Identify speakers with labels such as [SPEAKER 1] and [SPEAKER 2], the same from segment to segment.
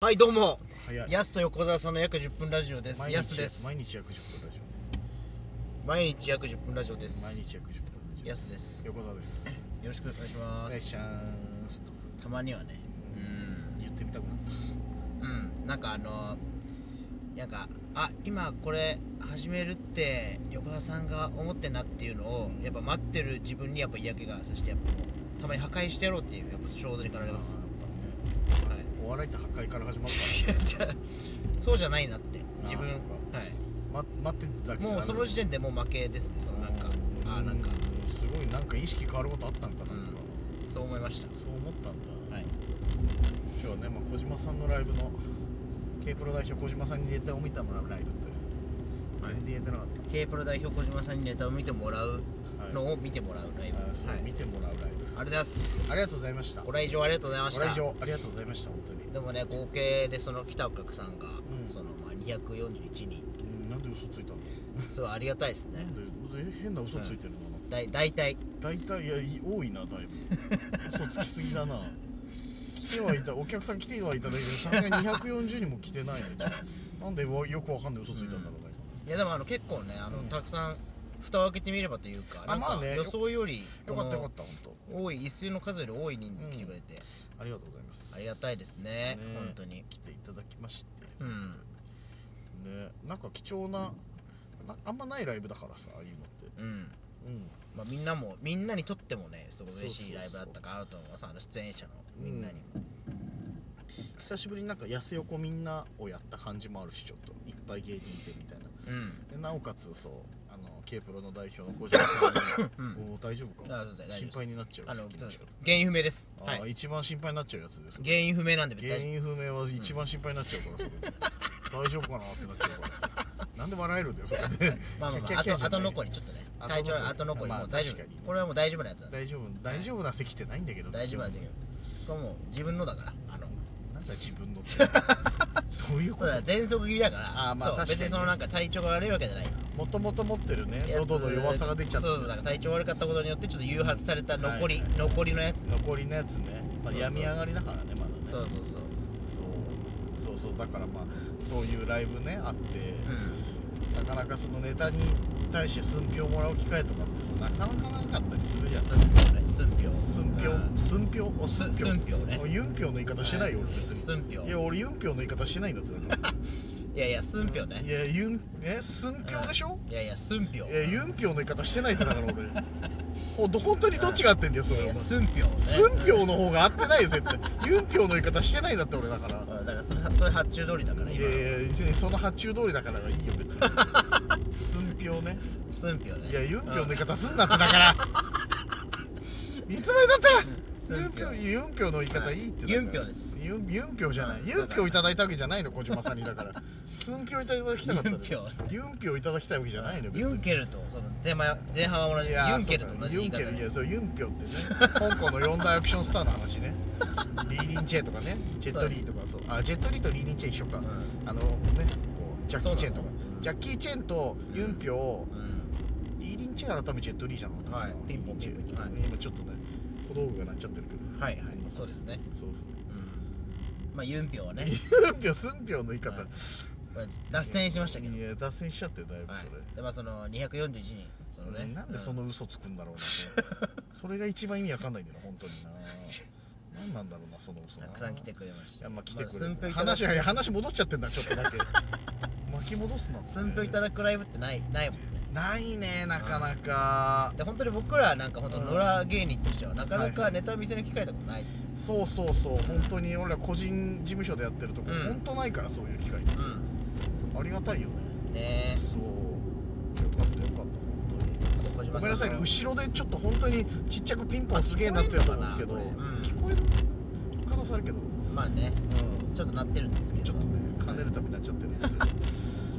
[SPEAKER 1] はいどうも
[SPEAKER 2] 早い
[SPEAKER 1] やすと横澤さんの約10分ラジオです
[SPEAKER 2] 毎
[SPEAKER 1] や
[SPEAKER 2] 日
[SPEAKER 1] すです
[SPEAKER 2] 毎日約10分ラジオ
[SPEAKER 1] 毎日約10分ラジオです
[SPEAKER 2] 毎日約10分ラジオ
[SPEAKER 1] やすですよ
[SPEAKER 2] 横澤です
[SPEAKER 1] ろしくお願いし
[SPEAKER 2] お
[SPEAKER 1] ま
[SPEAKER 2] 願
[SPEAKER 1] す
[SPEAKER 2] いしますと
[SPEAKER 1] たまにはね
[SPEAKER 2] 言ってみたくなった
[SPEAKER 1] うんうんなんかあのなんかあ今これ始めるって横澤さんが思ってんなっていうのをやっぱ待ってる自分にやっぱ嫌気がさしてやっぱたまに破壊してやろうっていうやっぱ衝動に駆られます
[SPEAKER 2] あーやっぱね
[SPEAKER 1] はい
[SPEAKER 2] お笑いって破壊から始まる
[SPEAKER 1] い
[SPEAKER 2] か
[SPEAKER 1] やじゃあそうじゃないなって
[SPEAKER 2] あー
[SPEAKER 1] 自分
[SPEAKER 2] そっか
[SPEAKER 1] はい
[SPEAKER 2] らねま待ってただけ
[SPEAKER 1] もうその時点
[SPEAKER 2] で
[SPEAKER 1] でもう負けですねそのなんかあーなんか
[SPEAKER 2] すごいなんか意識変わることあったんかな
[SPEAKER 1] うん
[SPEAKER 2] なんか
[SPEAKER 1] そう思いました
[SPEAKER 2] そう思ったんだ
[SPEAKER 1] はい
[SPEAKER 2] 今日はねまあ小島さんのライブの K プロ代表小島さんにネタを見てもらうライブって
[SPEAKER 1] はい
[SPEAKER 2] 全然やってなかっ
[SPEAKER 1] K プロ代表小島さんにネタを見てもらうのを見てもらうライブ、
[SPEAKER 2] たあーそう
[SPEAKER 1] はい、
[SPEAKER 2] 見てもらうライブ
[SPEAKER 1] ありがとうございます
[SPEAKER 2] ありがとうございました
[SPEAKER 1] ご来場ありがとうございました
[SPEAKER 2] ご来場ありがとうございました本当に
[SPEAKER 1] でもね合計でその来たお客さんが、
[SPEAKER 2] ん
[SPEAKER 1] そのまあ241人
[SPEAKER 2] うんなんで嘘ついたの
[SPEAKER 1] すごいありがたいですね
[SPEAKER 2] なんでなんで変な嘘ついてるの、
[SPEAKER 1] だい大体
[SPEAKER 2] 大体いやい多いなだい ぶ嘘つきすぎだな来てはいたお客さん来てはいただけどさすがに240人も来てないねなんでわよくわかんない嘘ついたんだろうね、
[SPEAKER 1] いやでもあの結構ねあの、
[SPEAKER 2] うん
[SPEAKER 1] たくさん蓋を開けてみればというか
[SPEAKER 2] あ
[SPEAKER 1] なん
[SPEAKER 2] ま
[SPEAKER 1] か
[SPEAKER 2] あね
[SPEAKER 1] 予想より
[SPEAKER 2] よかったよかっ
[SPEAKER 1] こ
[SPEAKER 2] た本当
[SPEAKER 1] の多い一斉の数より多い人数来てくれて、
[SPEAKER 2] ありがとうございます
[SPEAKER 1] ありがたいですね本当に
[SPEAKER 2] 来ていただきまして
[SPEAKER 1] うん
[SPEAKER 2] ねなんか貴重ななあんまないライブだからさああいうのって
[SPEAKER 1] うん
[SPEAKER 2] うん
[SPEAKER 1] まあ、みんなもみんなにとってもねすごい嬉
[SPEAKER 2] そうそう
[SPEAKER 1] し
[SPEAKER 2] そ
[SPEAKER 1] いうライブだったかなと思いますあの出演者のみんなにも、
[SPEAKER 2] 久しぶりになんか安横みんなをやった感じもあるしちょっといっぱい芸人いてみたいな
[SPEAKER 1] うん
[SPEAKER 2] でなおかつそうあの K プロの代表の小島さん
[SPEAKER 1] うん
[SPEAKER 2] にお大丈夫
[SPEAKER 1] あ
[SPEAKER 2] か
[SPEAKER 1] そうですね大丈夫
[SPEAKER 2] 心
[SPEAKER 1] です
[SPEAKER 2] 配になっちゃう
[SPEAKER 1] あの
[SPEAKER 2] 聞きましょう
[SPEAKER 1] 原因不明です
[SPEAKER 2] あ
[SPEAKER 1] は
[SPEAKER 2] ー
[SPEAKER 1] い
[SPEAKER 2] 一番心配になっちゃうやつです
[SPEAKER 1] 原因不明なんで別に
[SPEAKER 2] 原
[SPEAKER 1] 大丈
[SPEAKER 2] 因不明は一番心配になっちゃうから、それ大丈夫かなってなっちゃうから さなんで笑えるんだよそれで
[SPEAKER 1] 夫まあまあまああとあと残りちょっとね体調はあと残りもう大丈夫これはもう大丈夫なやつなんで
[SPEAKER 2] 大丈夫大丈夫な席ってないんだけど
[SPEAKER 1] 大丈夫なんですよこれもう自分のだからあの
[SPEAKER 2] なんだ自分のっ て どういうこ
[SPEAKER 1] そう
[SPEAKER 2] と
[SPEAKER 1] だ全息切りだから
[SPEAKER 2] あーまあ
[SPEAKER 1] そう
[SPEAKER 2] 確かに
[SPEAKER 1] 別
[SPEAKER 2] ね
[SPEAKER 1] にそのなんか体調が悪いわけじゃない
[SPEAKER 2] もともと持ってるね
[SPEAKER 1] やつ
[SPEAKER 2] 喉の弱さが出ちゃって
[SPEAKER 1] そうそうだから体調悪かったことによってちょっと誘発された残り、
[SPEAKER 2] はいはい
[SPEAKER 1] 残りのやつそう
[SPEAKER 2] 残りのやつね、ま
[SPEAKER 1] そう
[SPEAKER 2] あ、
[SPEAKER 1] そう
[SPEAKER 2] 病み上がりだからねまだね
[SPEAKER 1] そうそう
[SPEAKER 2] そうそうそうだからまあそういうライブねあって、
[SPEAKER 1] う
[SPEAKER 2] なかなかそのネタに対して寸評もらう機会とかってさなかなかなかったりするじゃん
[SPEAKER 1] ん寸評ね寸評
[SPEAKER 2] 寸
[SPEAKER 1] うん
[SPEAKER 2] 評寸評お寸評
[SPEAKER 1] 寸評ね
[SPEAKER 2] 俺ユンピョの言い方してないよ、
[SPEAKER 1] はい
[SPEAKER 2] 俺別に
[SPEAKER 1] 寸評
[SPEAKER 2] いや俺ユンピョの言い方してないんだってだから
[SPEAKER 1] いやいや、寸評ね。
[SPEAKER 2] いやユンえ寸評でしょ、
[SPEAKER 1] うんいやいや、寸評。
[SPEAKER 2] いやユンピョの言い方してないってだから俺ほど本当にどっちが合ってんだよそれ
[SPEAKER 1] いやいや
[SPEAKER 2] お前
[SPEAKER 1] 寸評ね。
[SPEAKER 2] 寸評の方が合ってないよ 絶対ユンピョの言い方してないんだって俺だから
[SPEAKER 1] うん。だからそれ、それ発注通りだから、
[SPEAKER 2] い
[SPEAKER 1] 今
[SPEAKER 2] や。いやその発注通りだからいいよ 別に寸評ね
[SPEAKER 1] 寸評ね。
[SPEAKER 2] いやユンピョの言い
[SPEAKER 1] うん
[SPEAKER 2] 方すんなってだから いつまでだったら
[SPEAKER 1] 寸評
[SPEAKER 2] ユンピョユンピョの言い方いいってだから
[SPEAKER 1] ユンピョです
[SPEAKER 2] ユンユンピョじゃな
[SPEAKER 1] うん
[SPEAKER 2] いユン
[SPEAKER 1] だ
[SPEAKER 2] ピ
[SPEAKER 1] か
[SPEAKER 2] ョ
[SPEAKER 1] ら
[SPEAKER 2] いただいたわけじゃないの小島さんにだから 寸評いただきたかったの
[SPEAKER 1] ユン
[SPEAKER 2] よ
[SPEAKER 1] ピョ
[SPEAKER 2] ユンピョいただきたいわけじゃないのよ別に
[SPEAKER 1] ユンケルと、その手前、前半は同じ。
[SPEAKER 2] いやー
[SPEAKER 1] ユンケルと同じ言い方
[SPEAKER 2] そうだねユンケルいや
[SPEAKER 1] ね。
[SPEAKER 2] そうユンピョってね 香港の四大アクションスターの話ねリーリン・チェとかねジェットリーとかそうあジェットリーとリーリン・チェ一緒か、
[SPEAKER 1] うん
[SPEAKER 2] あのねこうジャッキー・チェンと
[SPEAKER 1] そうな
[SPEAKER 2] か
[SPEAKER 1] のうん
[SPEAKER 2] ジャッキー・チェンとユンピョを、リーリン・チェ改めジェットリーじゃなかったかな
[SPEAKER 1] はいピンポンピンポン
[SPEAKER 2] リーリチェ
[SPEAKER 1] はい
[SPEAKER 2] 今ちょっとね小道具が鳴っちゃってるけど
[SPEAKER 1] はいはいそうですね
[SPEAKER 2] そう
[SPEAKER 1] うんまあ、ユンピョはね。
[SPEAKER 2] ユ ンピョスンピョの言い方、
[SPEAKER 1] はいまあ脱線しましたけど。
[SPEAKER 2] いや脱線しちゃってだいぶ
[SPEAKER 1] はい
[SPEAKER 2] それ、
[SPEAKER 1] で、まあ、その241人。そのね。
[SPEAKER 2] なんでその
[SPEAKER 1] うん
[SPEAKER 2] 嘘つくんだろうな、 それが一番意味わかんないんだよな本当にな何なんだろうなその嘘な
[SPEAKER 1] たくさん来てくれまし
[SPEAKER 2] い
[SPEAKER 1] た。
[SPEAKER 2] やまあ来てくれ
[SPEAKER 1] 寸評
[SPEAKER 2] る
[SPEAKER 1] いただ
[SPEAKER 2] 話が話戻っちゃってんだちょっとだけ巻き戻すなって
[SPEAKER 1] 寸評いただくライブってない、ないもんね。
[SPEAKER 2] ないねなかなか
[SPEAKER 1] で本当に僕らなんか本当
[SPEAKER 2] うん
[SPEAKER 1] 野良芸人としてはなかな
[SPEAKER 2] はいは
[SPEAKER 1] か
[SPEAKER 2] い
[SPEAKER 1] ネタ見せの機会とかもないじゃないです
[SPEAKER 2] そうそうそう本当に俺ら個人事務所でやってるとこ、
[SPEAKER 1] うん
[SPEAKER 2] 本当ないからそういう機会
[SPEAKER 1] か
[SPEAKER 2] ありがたいよね
[SPEAKER 1] うんねえ
[SPEAKER 2] そうよかったよかった本当に
[SPEAKER 1] あと小島
[SPEAKER 2] ごめんなさい
[SPEAKER 1] の
[SPEAKER 2] 後ろでちょっと本当にちっちゃくピンポンすげえなってると思うんですけど
[SPEAKER 1] あ聞
[SPEAKER 2] 聞こえる可能性あるけど
[SPEAKER 1] まあね
[SPEAKER 2] うん
[SPEAKER 1] ちょっとなってるんですけど
[SPEAKER 2] ちょっとね跳ねるためになっちゃってるんですけど、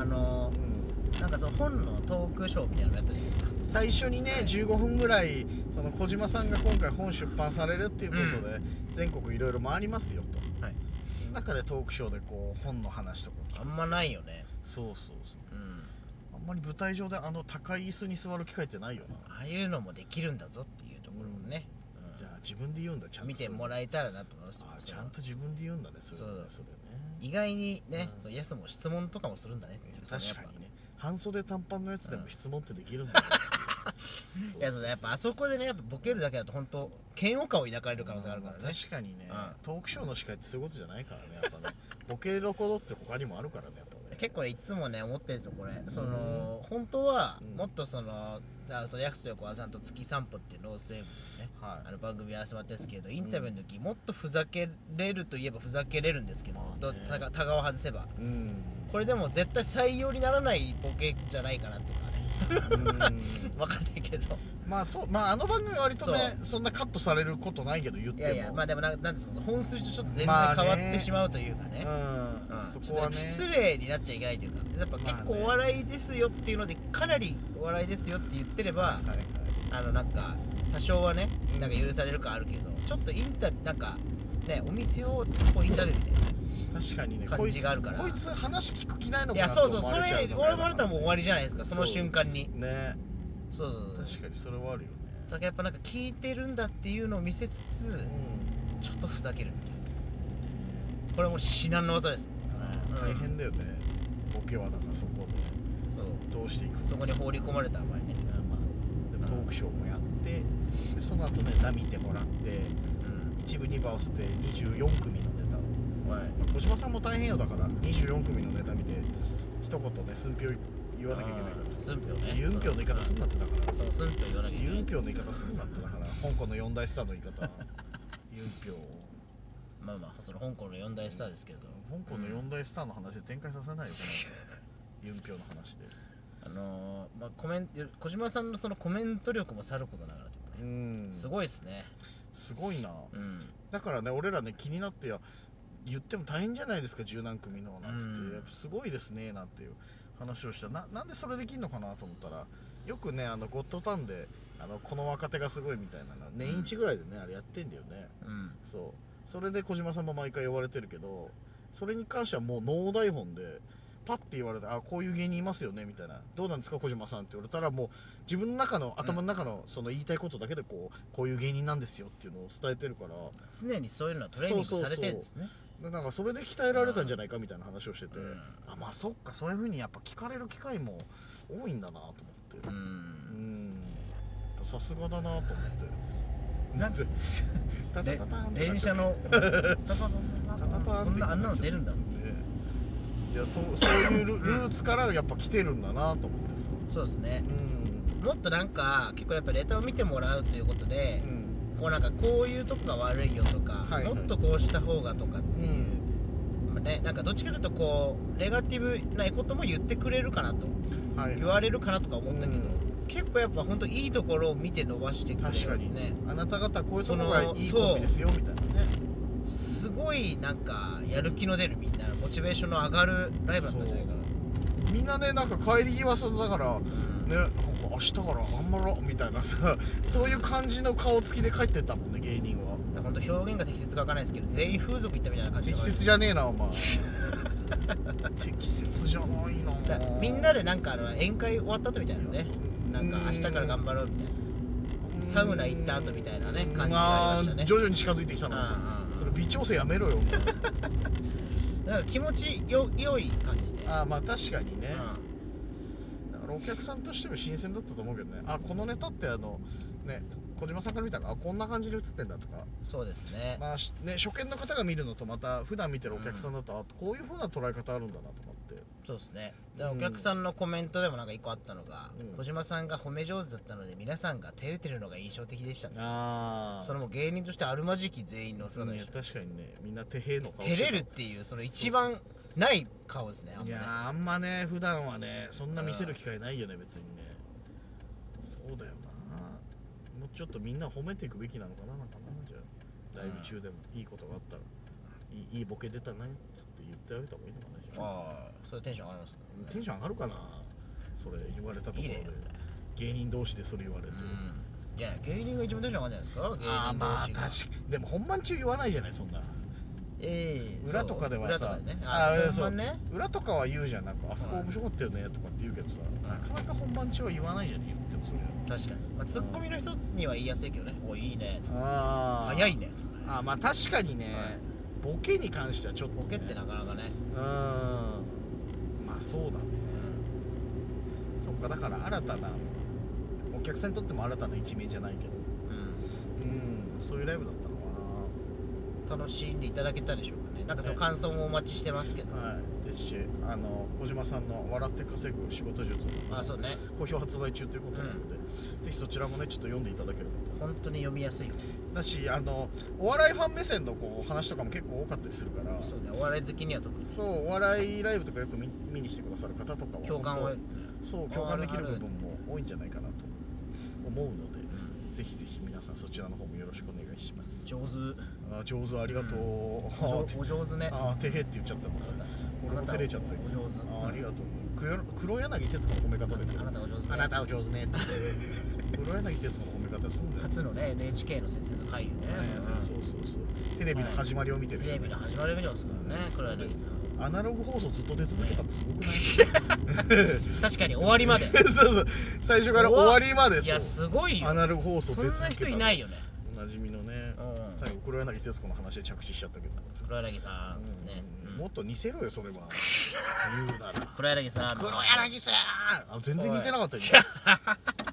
[SPEAKER 1] あの
[SPEAKER 2] うん
[SPEAKER 1] ーなんかその本のトークショーみたいなのやったじゃないですか
[SPEAKER 2] 最初にね
[SPEAKER 1] はい
[SPEAKER 2] 15分ぐらいその小島さんが今回本出版されるっていうことで、
[SPEAKER 1] う
[SPEAKER 2] 全国いろいろ回りますよと
[SPEAKER 1] はい
[SPEAKER 2] 中でトークショーでこう本の話とか聞く
[SPEAKER 1] あんまないよね
[SPEAKER 2] そうそうそ
[SPEAKER 1] う
[SPEAKER 2] う
[SPEAKER 1] ん
[SPEAKER 2] あんまり舞台上であの高い椅子に座る機会ってないよな、
[SPEAKER 1] ああいうのもできるんだぞっていうところもねうん
[SPEAKER 2] じゃあ自分で言うんだちゃんと
[SPEAKER 1] 見ても
[SPEAKER 2] え
[SPEAKER 1] らえたらなと思いますよ
[SPEAKER 2] あ
[SPEAKER 1] そ
[SPEAKER 2] ち
[SPEAKER 1] れ
[SPEAKER 2] ゃ
[SPEAKER 1] は
[SPEAKER 2] んと自分で言うんだねそれ
[SPEAKER 1] そ
[SPEAKER 2] ね
[SPEAKER 1] う
[SPEAKER 2] それね
[SPEAKER 1] 意外にね、
[SPEAKER 2] うん
[SPEAKER 1] そのやすも質問とかもするんだねっていう
[SPEAKER 2] 確かにね半袖短パンのやつでも質問ってできるんだ
[SPEAKER 1] いやそのやっぱあそこでねやっぱボケるだけだと本当嫌悪感を抱かれる可能性があるからね、
[SPEAKER 2] 確かにね、
[SPEAKER 1] うん
[SPEAKER 2] トークショーの司会ってそういうことじゃないからねやっぱねボケどころって他にもあるからねやっぱね
[SPEAKER 1] 結構ねいつもね思ってるんですよこれその、本当は
[SPEAKER 2] うん
[SPEAKER 1] もっとそのだからそのヤクスと横川さんと月散歩っていうノースウェーブのね
[SPEAKER 2] はい
[SPEAKER 1] あの番組やらせてもらってるんですけどインタビューの時、もっとふざけれるといえばふざけれるんですけど、
[SPEAKER 2] まあね
[SPEAKER 1] どたがたがを外せば
[SPEAKER 2] うん
[SPEAKER 1] これでも絶対採用にならないボケじゃないかなとかねそれは
[SPEAKER 2] うん
[SPEAKER 1] 分かんないけど
[SPEAKER 2] まあそうまああの番組は割とね
[SPEAKER 1] そ
[SPEAKER 2] そんなカットされることないけど言っても
[SPEAKER 1] いやいやまあでもなんなんですか本筋とちょっと全然変
[SPEAKER 2] まあね
[SPEAKER 1] わってしまうというかね,、
[SPEAKER 2] うん、
[SPEAKER 1] うん
[SPEAKER 2] そこはね
[SPEAKER 1] ちょっと失礼になっちゃいけないというかやっぱ
[SPEAKER 2] まあね
[SPEAKER 1] 結構お笑いですよっていうのでかなりお笑いですよって言ってれば
[SPEAKER 2] はいはい
[SPEAKER 1] あのなんか多少はね
[SPEAKER 2] うん
[SPEAKER 1] なんか許される感あるけどちょっとインタビューなんかねお店をこうインタビューみたいな
[SPEAKER 2] 確かにね
[SPEAKER 1] 感じがあるから
[SPEAKER 2] こいこいつ話聞く気ないの
[SPEAKER 1] いや
[SPEAKER 2] かなって
[SPEAKER 1] そうそう
[SPEAKER 2] 思
[SPEAKER 1] そ
[SPEAKER 2] わ
[SPEAKER 1] れ
[SPEAKER 2] ちゃうとか
[SPEAKER 1] 俺もあなたらもう終わりじゃないですかその
[SPEAKER 2] そう
[SPEAKER 1] 瞬間に
[SPEAKER 2] ね
[SPEAKER 1] そうそうそう
[SPEAKER 2] 確かにそれはあるよね
[SPEAKER 1] だからやっぱなんか聞いてるんだっていうのを見せつつ、
[SPEAKER 2] うん
[SPEAKER 1] ちょっとふざけるみたいなこれもう至難の技です
[SPEAKER 2] あー大変だよねボケはだからそこで
[SPEAKER 1] そう
[SPEAKER 2] どうしていくか
[SPEAKER 1] そこに放り込まれた場合ね
[SPEAKER 2] あまあでもトークショーもやってでその後ネタ見てもらって
[SPEAKER 1] うん
[SPEAKER 2] 一部二部合わせて24組のネタを
[SPEAKER 1] おい
[SPEAKER 2] まあ小島さんも大変よだから24組のネタ見て一言ね寸評言わなきゃいけないから
[SPEAKER 1] あー寸評ね
[SPEAKER 2] ユンピョの言い方すんなってだから
[SPEAKER 1] そうすんと言わなきゃいけな
[SPEAKER 2] ユ
[SPEAKER 1] い
[SPEAKER 2] ンピョの言い方すんなってだから香港の四大スターの言い方ユンピョ
[SPEAKER 1] まあまあその香港の四大スターですけど
[SPEAKER 2] 香港の四大スターの話で展開させないよこ のユンピョの話で
[SPEAKER 1] あのーまあコメント小島さんのそのコメント力もさることながらというか
[SPEAKER 2] う
[SPEAKER 1] ね、
[SPEAKER 2] ん
[SPEAKER 1] すごいですね
[SPEAKER 2] すごいな
[SPEAKER 1] うん
[SPEAKER 2] だからね俺らね気になってや言っても大変じゃないですか十何組のなんつって、
[SPEAKER 1] うん
[SPEAKER 2] やっぱすごいですねなんていう話をしたななんでそれできんのかなと思ったらよくねあのゴッドタンであのこの若手がすごいみたいなの年一ぐらいでね、あれやってんだよね
[SPEAKER 1] うん
[SPEAKER 2] そうそれで小島さんも毎回呼ばれてるけどそれに関してはもうノー台本でパッて言われてあこういう芸人いますよねみたいなどうなんですか小島さんって言われたらもう自分の中の頭の中のその言いたいことだけでこうこういう芸人なんですよっていうのを伝えてるから
[SPEAKER 1] 常にそういうのはトレーニングされてるんですね
[SPEAKER 2] でなんかそれで鍛えられたんじゃないかみたいな話をしてて、
[SPEAKER 1] うん
[SPEAKER 2] あまあそっかそういうふうにやっぱ聞かれる機会も多いんだなと思って
[SPEAKER 1] う
[SPEAKER 2] うんんやっぱさすがだなと思って
[SPEAKER 1] なん
[SPEAKER 2] でタタタタンって
[SPEAKER 1] れ
[SPEAKER 2] なっ
[SPEAKER 1] 連
[SPEAKER 2] ち
[SPEAKER 1] 射
[SPEAKER 2] ゃう
[SPEAKER 1] のタタタタタタ
[SPEAKER 2] タタタン
[SPEAKER 1] そんなあんなの出るんだ
[SPEAKER 2] ねいやそうそういうルルーツからやっぱ来てるんだなと思ってさ
[SPEAKER 1] そうですね
[SPEAKER 2] うん
[SPEAKER 1] もっとなんか結構やっぱレターを見てもらうということ
[SPEAKER 2] う
[SPEAKER 1] で、
[SPEAKER 2] ん
[SPEAKER 1] こうなんかこういうとこが悪いよとか、
[SPEAKER 2] はいはい
[SPEAKER 1] もっとこうした方がとかっていうう、
[SPEAKER 2] ん
[SPEAKER 1] まあね、なんかどっちかというとこうネガティブなことも言ってくれるかなと、
[SPEAKER 2] はい
[SPEAKER 1] 言われるかなとか思ったけど、
[SPEAKER 2] う
[SPEAKER 1] 結構やっぱ本当いいところを見て伸ばしてくれる
[SPEAKER 2] 確かに
[SPEAKER 1] ね
[SPEAKER 2] あなた方こういうとこがいいコンビですよみたいなね
[SPEAKER 1] すごいなんかやる気の出るみんなモチベーションの上がるライブだったんじゃないかな
[SPEAKER 2] みんなねなんか帰り際そのだから
[SPEAKER 1] ん
[SPEAKER 2] ねなんか明日から頑張ろうみたいなさそういう感じの顔つきで帰ってったもんね芸人は
[SPEAKER 1] だから本当表現が適切かわからないですけど全員風俗行ったみたいな感じ
[SPEAKER 2] 適切じゃねえなお前適切じゃない
[SPEAKER 1] だ
[SPEAKER 2] な
[SPEAKER 1] みんなでなんかあの宴会終わった後みたいなねなんか明日から頑張ろうみたいなサウナ行った後みたいなね感じがありましたね
[SPEAKER 2] ー徐々に近づいてきた
[SPEAKER 1] うんう
[SPEAKER 2] な
[SPEAKER 1] んうん
[SPEAKER 2] それ微調整やめろよ お前
[SPEAKER 1] だから気持ちよ良い感じで
[SPEAKER 2] ああまあ確かにね、
[SPEAKER 1] うん
[SPEAKER 2] だからお客さんとしても新鮮だったと思うけどねあこのネタってあのね小島さんから見たらあこんな感じで映ってんだとか
[SPEAKER 1] そうですね、
[SPEAKER 2] まあしね、初見の方が見るのとまた普段見てるお客さんだと、あこういうふうな捉え方あるんだなと思って
[SPEAKER 1] そうですねだから
[SPEAKER 2] う
[SPEAKER 1] お
[SPEAKER 2] ん
[SPEAKER 1] 客さんのコメントでもなんか一個あったのが、
[SPEAKER 2] うん
[SPEAKER 1] 小島さんが褒め上手だったので皆さんが照れてるのが印象的でしたね
[SPEAKER 2] あ
[SPEAKER 1] それも芸人としてあるまじき全員の姿でした、
[SPEAKER 2] 確かにねみんな手平の顔
[SPEAKER 1] 照れるっ
[SPEAKER 2] して
[SPEAKER 1] いうその一番ない顔ですねあ
[SPEAKER 2] た
[SPEAKER 1] んま
[SPEAKER 2] い
[SPEAKER 1] ね
[SPEAKER 2] やーあんまね普段はねそんな見せる機会ないよね別にねそうだよなもうちょっとみんな褒めていくべきなのかななんかなじゃあライブ中でもいいことがあったら、いいいいボケ出たねっつって言ってあげた方がいいのかなじゃあ
[SPEAKER 1] ああそういうテンション上がりますね
[SPEAKER 2] テンション上がるかなそれ言われたところで
[SPEAKER 1] いいねそれ
[SPEAKER 2] 芸人同士でそれ言われ
[SPEAKER 1] う
[SPEAKER 2] て、
[SPEAKER 1] んいや芸人が一番テンション上がるんじゃないですか芸人同士が
[SPEAKER 2] ああまあ確かでも本番中言わないじゃないそんな
[SPEAKER 1] ええ
[SPEAKER 2] 裏とかでは
[SPEAKER 1] そう裏
[SPEAKER 2] さ
[SPEAKER 1] とかでね
[SPEAKER 2] あ
[SPEAKER 1] あ
[SPEAKER 2] ー
[SPEAKER 1] あ
[SPEAKER 2] そう
[SPEAKER 1] 本番ね
[SPEAKER 2] 裏とかは言うじゃんなんかあそこ
[SPEAKER 1] はい
[SPEAKER 2] 面白かったよねとかって言うけどさ、
[SPEAKER 1] はい
[SPEAKER 2] なかなか本番中は言わないじゃね言ってもそれ
[SPEAKER 1] 確かに、まあ、ツッコミの人には言いやすいけどね「おいいね」とか
[SPEAKER 2] あ
[SPEAKER 1] 早いね
[SPEAKER 2] あーまあ確かにね、
[SPEAKER 1] はい
[SPEAKER 2] ボケに関してはちょっと、ね、
[SPEAKER 1] ボケってなかなかね、
[SPEAKER 2] うんまあそうだねそっかだから新たなお客さんにとっても新たな一面じゃないけど
[SPEAKER 1] う
[SPEAKER 2] うんそういうライブだったの
[SPEAKER 1] ん、楽しんでいただけたでしょうかねなんかその感想もお待ちしてますけど、
[SPEAKER 2] かなはいですしあの小島さんの「笑って稼ぐ仕事術」も
[SPEAKER 1] あそうね
[SPEAKER 2] 好評発売中ということなので、ぜひそちらもねちょっと読んでいただければと
[SPEAKER 1] 本当に読みやすいよ
[SPEAKER 2] だしあのお笑いファン目線のこう話とかも結構多かったりするから
[SPEAKER 1] そうねお笑い好きには特に
[SPEAKER 2] そうお笑いライブとかよく見見に来てくださる方とかは
[SPEAKER 1] 共感を
[SPEAKER 2] 本当そう共感できる部分
[SPEAKER 1] も
[SPEAKER 2] も多いんじゃないかなと思うのでぜひぜひ皆さんそちらの方もよろしくお願いします
[SPEAKER 1] 上手
[SPEAKER 2] あ上手ありが とう、
[SPEAKER 1] お
[SPEAKER 2] あー
[SPEAKER 1] 上
[SPEAKER 2] て
[SPEAKER 1] お上手ね
[SPEAKER 2] あーてへって言っちゃったもん
[SPEAKER 1] そうだ
[SPEAKER 2] 俺も照れちゃったよ
[SPEAKER 1] あなたお上手
[SPEAKER 2] あーありがとう黒黒柳徹子の褒め方ですよ
[SPEAKER 1] あなたお上手ね
[SPEAKER 2] あなた お上手ねって黒柳徹子の褒め方すんだよ
[SPEAKER 1] 初のね NHK の設立俳優ね
[SPEAKER 2] ねそうそうそうテレビの始まりを見てる
[SPEAKER 1] テ
[SPEAKER 2] 人
[SPEAKER 1] レビの始まりを見てますからね
[SPEAKER 2] うん
[SPEAKER 1] 黒柳さん
[SPEAKER 2] アナログ放送ずっと出続けたってすごくない、
[SPEAKER 1] 確かに終わりまで
[SPEAKER 2] そうそう最初から終わりまで
[SPEAKER 1] いやす
[SPEAKER 2] そう
[SPEAKER 1] ごいよ
[SPEAKER 2] アナログ放送
[SPEAKER 1] そんな人いないよね
[SPEAKER 2] おなじみのね、
[SPEAKER 1] うん
[SPEAKER 2] 最後黒柳徹子の話で着地しちゃったけど、
[SPEAKER 1] 黒柳さんね
[SPEAKER 2] うん
[SPEAKER 1] うん
[SPEAKER 2] もっと似せろ よそれは言うなら
[SPEAKER 1] 黒柳さん
[SPEAKER 2] 黒柳さんあ全然似てなかったよ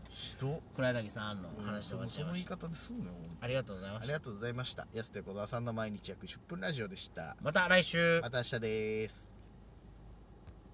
[SPEAKER 2] ひど
[SPEAKER 1] 黒柳さんの話で終
[SPEAKER 2] う
[SPEAKER 1] わっ
[SPEAKER 2] んそ
[SPEAKER 1] ちゃい
[SPEAKER 2] の
[SPEAKER 1] ま
[SPEAKER 2] 言い
[SPEAKER 1] した
[SPEAKER 2] 方ですんのよ本当
[SPEAKER 1] ありがとうございま
[SPEAKER 2] あ
[SPEAKER 1] し
[SPEAKER 2] り
[SPEAKER 1] た
[SPEAKER 2] がとうございました安手小沢さんの毎日約10分ラジオでした
[SPEAKER 1] また来週
[SPEAKER 2] また明日です